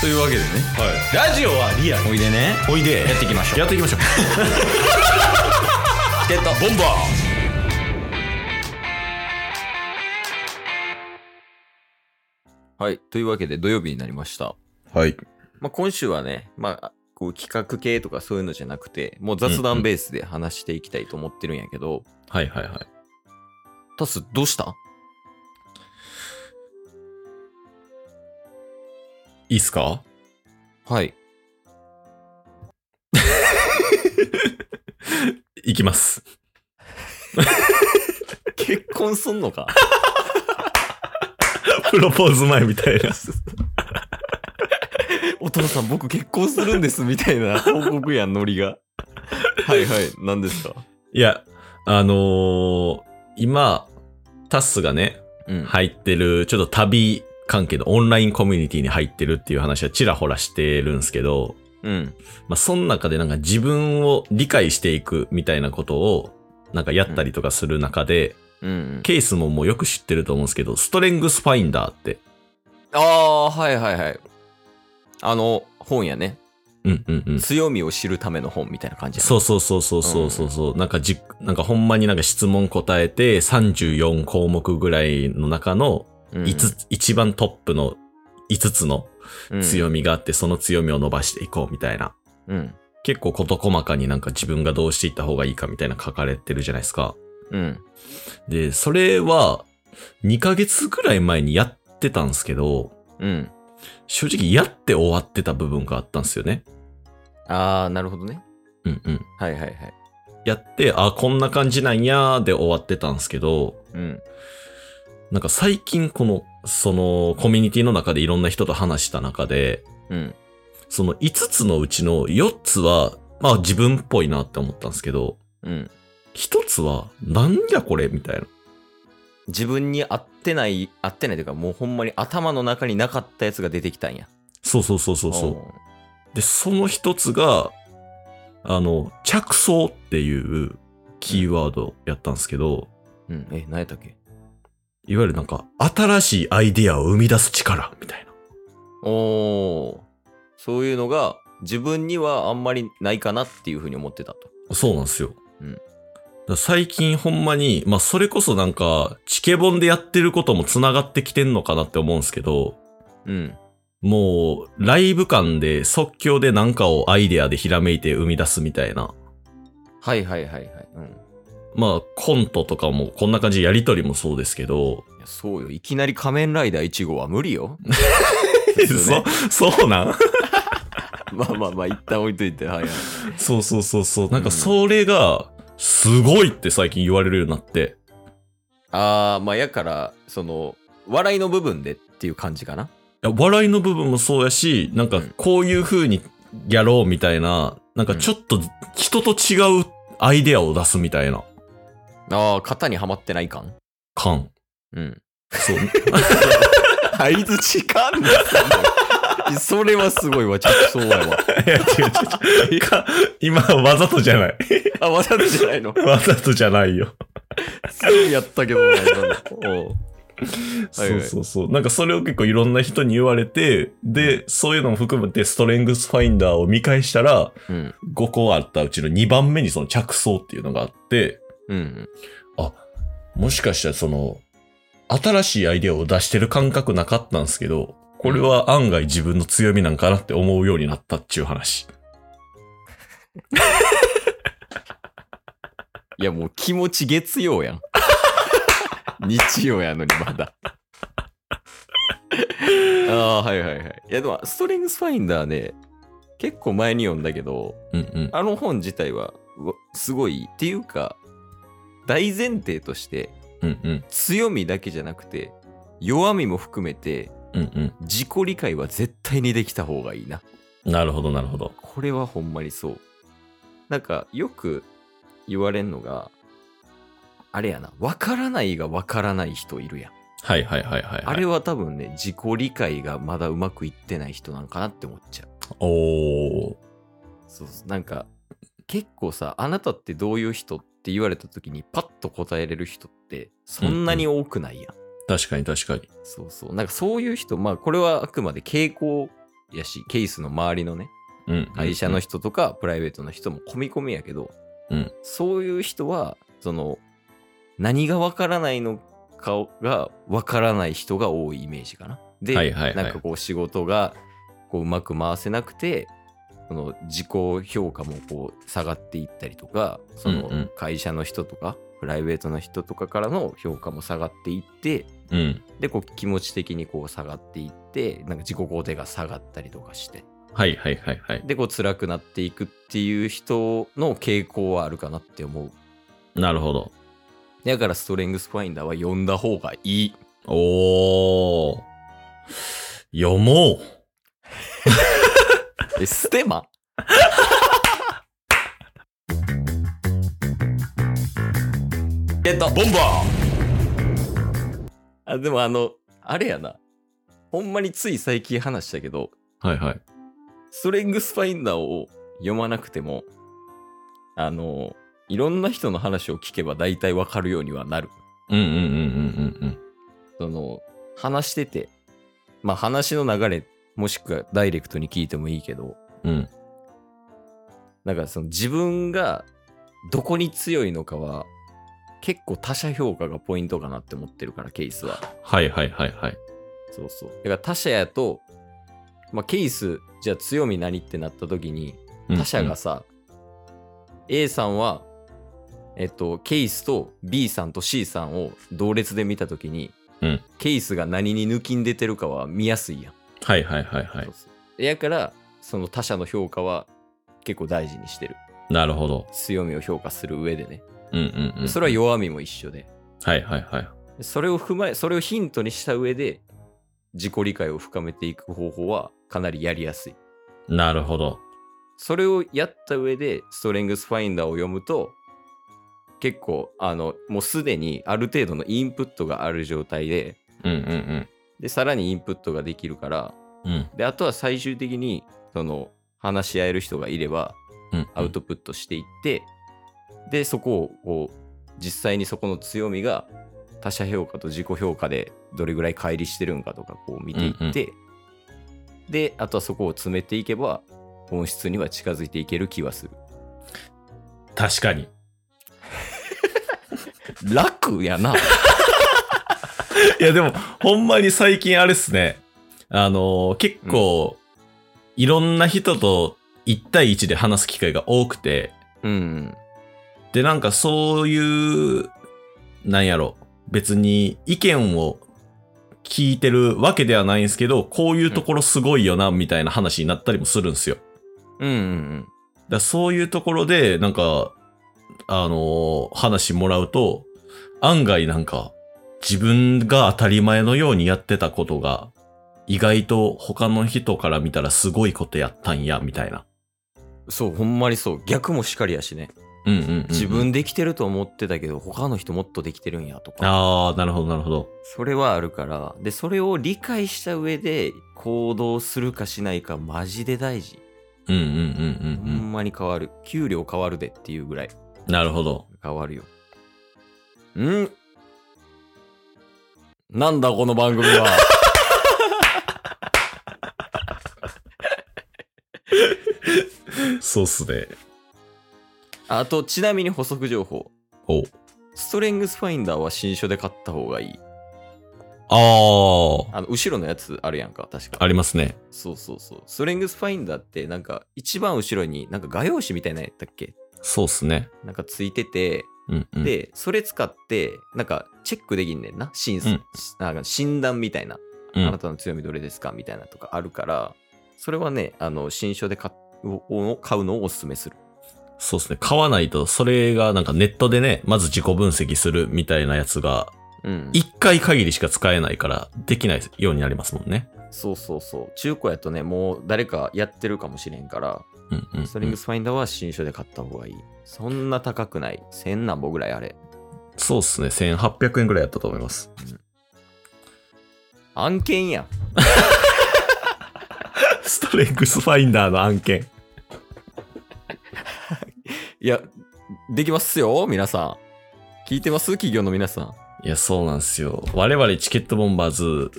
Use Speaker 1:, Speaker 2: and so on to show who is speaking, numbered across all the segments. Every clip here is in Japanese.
Speaker 1: というわけでね
Speaker 2: ラジオはリアル
Speaker 1: おいでね
Speaker 2: おいで
Speaker 1: やっていきましょう
Speaker 2: やっていきましょう
Speaker 1: チケットボンバーはい。というわけで土曜日になりました。
Speaker 2: はい
Speaker 1: まあ、今週はね、まあ、こう企画系とかそういうのじゃなくて、もう雑談ベースで話していきたいと思ってるんやけど、
Speaker 2: はいはいはい
Speaker 1: タス、どうした
Speaker 2: いいっすか
Speaker 1: はい。
Speaker 2: いきます
Speaker 1: 結婚すんのか
Speaker 2: プロポーズ前みたいな
Speaker 1: お父さん、僕結婚するんです、みたいな報告やん、ノリが。 はいはい、何ですか
Speaker 2: いやあのー、今タッスがね
Speaker 1: うん。い。
Speaker 2: 入ってるちょっと旅関係のオンラインコミュニティに入ってるっていう話はちらほらしてるんですけど
Speaker 1: うん。
Speaker 2: まあ、その中でなんか自分を理解していくみたいなことをなんかやったりとかする中で、
Speaker 1: うん。
Speaker 2: ケースももうよく知ってると思うんですけど、ストレングスファインダーって、
Speaker 1: ああ、はいはいはい。あの、本やね。
Speaker 2: うんうんうん。
Speaker 1: 強みを知るための本みたいな感じやね
Speaker 2: そうそうそうそうそうそうそう、なんかじ、なんかほんまになんか質問答えて34項目ぐらいの中の
Speaker 1: うん
Speaker 2: 5つ、一番トップの5つの強みがあって、その強みを伸ばしていこうみたいな。
Speaker 1: うん。
Speaker 2: 結構事細かになんか自分がどうしていった方がいいかみたいな書かれてるじゃないですか。
Speaker 1: うん。
Speaker 2: で、それは、2ヶ月ぐらい前にやってたんですけど、
Speaker 1: うん。
Speaker 2: 正直やって終わってた部分があったんですよね。
Speaker 1: ああ、なるほどね。
Speaker 2: うんうん。
Speaker 1: はいはいはい。
Speaker 2: やって、あ、こんな感じなんやーで終わってたんですけど、
Speaker 1: うん。
Speaker 2: なんか最近この、その、コミュニティの中でいろんな人と話した中で、
Speaker 1: うん。
Speaker 2: その5つのうちの4つは、まあ自分っぽいなって思ったんですけど、
Speaker 1: うん。
Speaker 2: 1つは、なんやこれみたいな。
Speaker 1: 自分に合ってない、合ってないというか、もうほんまに頭の中になかったやつが出てきたんや。
Speaker 2: そうそうそうそうそう。で、その一つが、あの、着想っていうキーワードやったんですけど、
Speaker 1: う。うん。え、何やったっけ
Speaker 2: いわゆるなんか、新しいアイディアを生み出す力みたいな。
Speaker 1: おお。そういうのが、自分にはあんまりないかなっていうふうに思ってたと。
Speaker 2: そうなんですよ。
Speaker 1: うん
Speaker 2: だから最近ほんまに、まあそれこそなんか、チケボンでやってることも繋がってきてんのかなって思うんですけど、
Speaker 1: うん。
Speaker 2: もう、ライブ感で即興でなんかをアイデアでひらめいて生み出すみたいな。
Speaker 1: はいはいはいはい。うん。
Speaker 2: まあ、コントとかもこんな感じでやりとりもそうですけど、
Speaker 1: いやそうよ。いきなり仮面ライダー1号は無理 よ。通ね
Speaker 2: そ、そうなん
Speaker 1: まあまあまあ、一旦置いといて、はいはい。
Speaker 2: そうそうそうそう。なんかそれが、すごいって最近言われるようになって。
Speaker 1: あー、まあやから、その、笑いの部分でっていう感じかな。
Speaker 2: いや笑いの部分もそうやし、なんか
Speaker 1: うん
Speaker 2: こういう風にやろうみたいな、なんかちょっと人と違うアイデアを出すみたいな
Speaker 1: あー、型にはまってない感
Speaker 2: 感。
Speaker 1: うん。
Speaker 2: そう。
Speaker 1: あいつ時間だそれはすごいわ、着想やわ。
Speaker 2: いや違う違う。か今わざとじゃない。
Speaker 1: あ、わざとじゃないの
Speaker 2: わざとじゃないよ。
Speaker 1: すぐやったけどな今のおうはい
Speaker 2: そうそうそう。なんかそれを結構いろんな人に言われて、で、そういうのも含めてストレングスファインダーを見返したら、
Speaker 1: うん。
Speaker 2: 5個あったうちの2番目にその着想っていうのがあって、
Speaker 1: うん。
Speaker 2: もしかしたらその、新しいアイデアを出してる感覚なかったんですけど、これは案外自分の強みなんかなって思うようになったっていう話。
Speaker 1: いや、もう気持ち月曜 やん。日曜やのにまだ。ああ、はいはいはい。いや、でも、ストリングスファインダーね、結構前に読んだけど、
Speaker 2: うんうん。
Speaker 1: あの本自体は、うわすごい。っていうか、大前提として、
Speaker 2: うんうん。
Speaker 1: 強みだけじゃなくて、弱みも含めて、
Speaker 2: うん
Speaker 1: 自己理解は絶対にできた方がいいな。
Speaker 2: うん。なるほどなるほど。
Speaker 1: これはほんまにそう。なんかよく言われんのが、あれやな、わからないがわからない人いるやん。
Speaker 2: はいはいはいはい、はい。
Speaker 1: あれは多分ね、自己理解がまだうまくいってない人なんかなって思っちゃう。
Speaker 2: おー。
Speaker 1: そうそうなんか、結構さ、あなたってどういう人って言われた時にパッと答えれる人ってそんなに多くないやん。
Speaker 2: 確かに確かに。
Speaker 1: そうそう。なんかそういう人、まあこれはあくまで傾向やし、ケースの周りのね、
Speaker 2: うん。
Speaker 1: 会社の人とかプライベートの人も込み込みやけど、
Speaker 2: うん
Speaker 1: そういう人は、その、何がわからないのかがわからない人が多いイメージかな。で、
Speaker 2: はいはいはい
Speaker 1: なんかこう仕事がこううまく回せなくて、その自己評価もこう下がっていったりとか、その
Speaker 2: うんうん
Speaker 1: 会社の人とか、プライベートの人とかからの評価も下がっていって、
Speaker 2: うん。
Speaker 1: で、こう気持ち的にこう下がっていって、なんか自己肯定が下がったりとかして。
Speaker 2: はいはいはいはい。
Speaker 1: でこう辛くなっていくっていう人の傾向はあるかなって思う
Speaker 2: なるほど。
Speaker 1: だからストレングスファインダーは読んだ方がいい
Speaker 2: おー。読もう。
Speaker 1: えステマ えっと
Speaker 2: ボンバ
Speaker 1: あでもあのあれやなほんまについ最近話したけど
Speaker 2: ーはいはい。
Speaker 1: ストレングスファインダーを読まなくてもあのいろんな人の話を聞けば大体わかるようにはなる
Speaker 2: うんうんうんうんうん
Speaker 1: その、話してて、まあ話の流れ、もしくはダイレクトに聞いてもいいけど、
Speaker 2: うん。うん。
Speaker 1: なんかその自分がどこに強いのかは、結構他者評価がポイントかなって思ってるから、ケースは。
Speaker 2: はいはいはいはい。
Speaker 1: そうそう。だから他者やと、まあケース、じゃあ強み何ってなった時に、
Speaker 2: うん
Speaker 1: 他者が。さ、A さんは、えっと、ケイスと B さんと C さんを同列で見たときに、
Speaker 2: うん
Speaker 1: ケイスが何に抜きん出てるかは見やすいやん。
Speaker 2: はいはいはいは
Speaker 1: そ。
Speaker 2: いう
Speaker 1: そうやから、その他者の評価は結構大事にしてる。
Speaker 2: なるほど。
Speaker 1: 強みを評価する上でね。
Speaker 2: うんうんうん。
Speaker 1: それは弱みも一緒で。
Speaker 2: はいはいはい。
Speaker 1: それを踏まえ、それをヒントにした上で、自己理解を深めていく方法はかなりやりやすい。
Speaker 2: なるほど。
Speaker 1: それをやった上で、ストレングスファインダーを読むと、結構、あの、もうすでにある程度のインプットがある状態で、
Speaker 2: うんうん
Speaker 1: で、さらにインプットができるから、
Speaker 2: うん。うん。
Speaker 1: で、あとは最終的に、その、話し合える人がいれば、
Speaker 2: うん。
Speaker 1: アウ。トプットしていって、で、そこを、こう、実際にそこの強みが、他者評価と自己評価でどれぐらい乖離してるんかとか、こう見ていって、で、あとはそこを詰めていけば、本質には近づいていける気はする。
Speaker 2: 確かに。
Speaker 1: 楽やな。
Speaker 2: いやでも、ほんまに最近あれっすね。あのー結構、いろんな人と1対1で話す機会が多くて、
Speaker 1: うん。
Speaker 2: で、なんかそういう、なんやろ、別に意見を聞いてるわけではないんですけど、こういうところすごいよな、みたいな話になったりもするんですよ。だか
Speaker 1: うんうん
Speaker 2: らそういうところで、なんか、あのー話もらうと、案外なんか、自分が当たり前のようにやってたことが、意外と他の人から見たらすごいことやったんや、みたいな。
Speaker 1: うん。そう、ほんまにそう。逆もしかりやしね。
Speaker 2: うんうんうんうん、
Speaker 1: 自分できてると思ってたけど、他の人もっとできてるんやとか。
Speaker 2: ああ、なるほど、なるほど。
Speaker 1: それはあるから。で、それを理解した上で行動するかしないかマジで大事。
Speaker 2: うんうんうん
Speaker 1: ほ
Speaker 2: うんうん。
Speaker 1: んまに変わる。給料変わるでっていうぐらい
Speaker 2: なるほど。
Speaker 1: 変わるよ。んなんだこの番組 は。
Speaker 2: そうっすね。
Speaker 1: あと、ちなみに補足情報。
Speaker 2: お
Speaker 1: ストレングスファインダーは新書で買った方がいい。
Speaker 2: あ
Speaker 1: あの、後ろのやつあるやんか、確か
Speaker 2: あ、。ありますね。
Speaker 1: そうそうそう。ストレングスファインダーって、なんか、一番後ろに、なんか画用紙みたいなのやったっけ
Speaker 2: そうっすね。
Speaker 1: なんかついてて、
Speaker 2: うん、うん。、
Speaker 1: で、それ使って、なんか、チェックできんねんな。診
Speaker 2: うん
Speaker 1: なんか診断みたいな、
Speaker 2: うん、
Speaker 1: あなたの強みどれですかみたいなとかあるから、それはね、あの、新書で買うを買うのをおすすめする。
Speaker 2: そうっすね。買わないと、それがなんかネットでね、まず自己分析するみたいなやつが、
Speaker 1: うん。
Speaker 2: 一回限りしか使えないから、できないようになりますもんね。
Speaker 1: そうそうそう。中古やとね、もう誰かやってるかもしれんから、
Speaker 2: うん、うん。
Speaker 1: ストレングスファインダーは新書で買った方がいい。そんな高くない。千何本ぐらいあれ。
Speaker 2: そうっすね。1800円ぐらいやったと思います。
Speaker 1: 案件やん。
Speaker 2: ストレングスファインダーの案件。
Speaker 1: いや、できますよ、皆さん。聞いてます企業の皆さん。
Speaker 2: いや、そうなんですよ。我々チケットボンバーズ、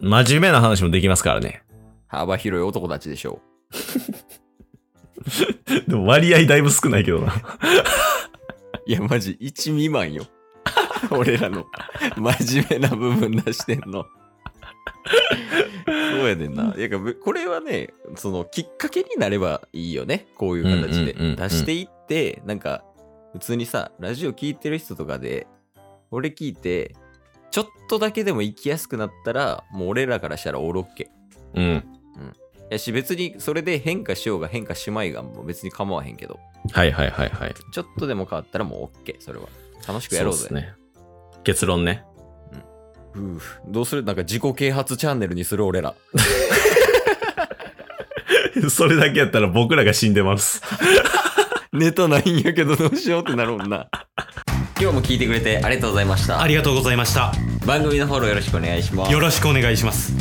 Speaker 2: 真面目な話もできますからね。
Speaker 1: 幅広い男たちでしょ
Speaker 2: でも割合だいぶ少ないけど な。
Speaker 1: う。いや、マジ、1未満よ。 俺らの、真面目な部分出してんの。そうやねんな。いやぶこれはね、その、きっかけになればいいよね。こういう形で。
Speaker 2: うんうんうんうん
Speaker 1: 出していって、なんか、普通にさ、ラジオ聞いてる人とかで、俺聞いて、ちょっとだけでも生きやすくなったら、もう俺らからしたらオールオッケー。
Speaker 2: うん。
Speaker 1: やし別にそれで変化しようが変化しまいがもう別に構わへんけど
Speaker 2: はいはいはいはい。
Speaker 1: ちょっとでも変わったらもう OK それは楽しくやろうぜ
Speaker 2: そうっすね。結論ね。
Speaker 1: うーどうするなんか自己啓発チャンネルにする俺ら
Speaker 2: それだけやったら僕らが死んでます。
Speaker 1: ネタないんやけどどうしようってなるもんな 今日も聞いてくれてありがとうございまし た
Speaker 3: ありがとうございました。
Speaker 1: 番組のフォローよろしくお願いします
Speaker 3: よろしくお願いします。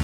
Speaker 3: す